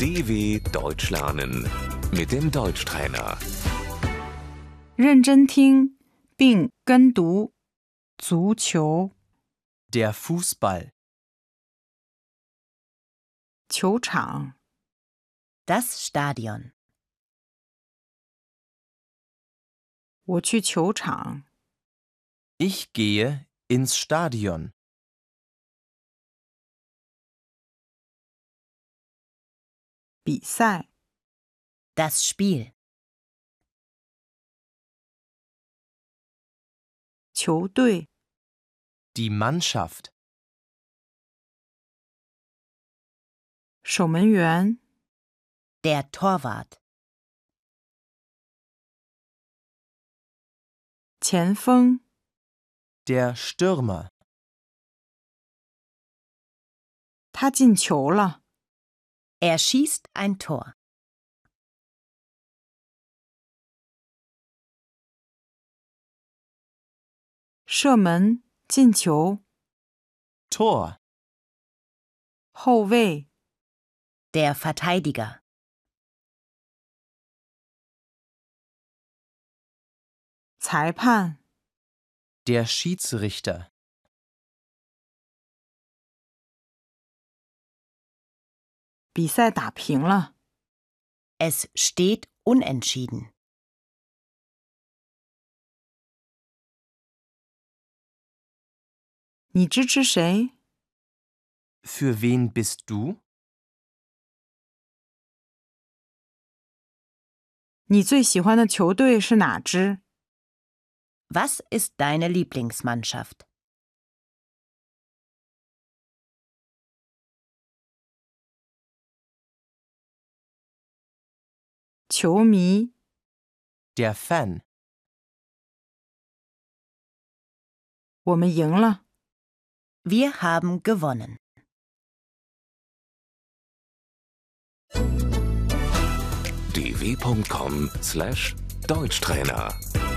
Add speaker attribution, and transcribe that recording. Speaker 1: DW Deutsch lernen mit dem Deutschtrainer.
Speaker 2: 认真听并跟读。足球
Speaker 3: Der Fußball.
Speaker 2: 球场、
Speaker 4: Das Stadion.
Speaker 2: 我去球场。
Speaker 3: Ich gehe ins Stadion.
Speaker 2: 比赛、
Speaker 4: Das Spiel.
Speaker 2: 球队、
Speaker 3: Die Mannschaft.
Speaker 2: 守门员、
Speaker 4: Der Torwart.
Speaker 2: 前锋、
Speaker 3: Der Stürmer.
Speaker 2: 他进球了。
Speaker 4: Er schießt ein Tor.
Speaker 2: 射门、进球、
Speaker 3: Tor.
Speaker 2: 后卫、
Speaker 4: Der Verteidiger.
Speaker 2: 裁判、
Speaker 3: Der Schiedsrichter.
Speaker 2: 比赛打平了。
Speaker 4: Es steht unentschieden.
Speaker 2: 你支持谁？
Speaker 3: Für wen bist du?
Speaker 2: 你最喜欢的球队是哪支？
Speaker 4: Was ist deine Lieblingsmannschaft?
Speaker 2: 球迷、
Speaker 3: Der Fan.
Speaker 2: 我们赢了。
Speaker 4: Wir haben gewonnen.
Speaker 1: dw.com/deutschtrainer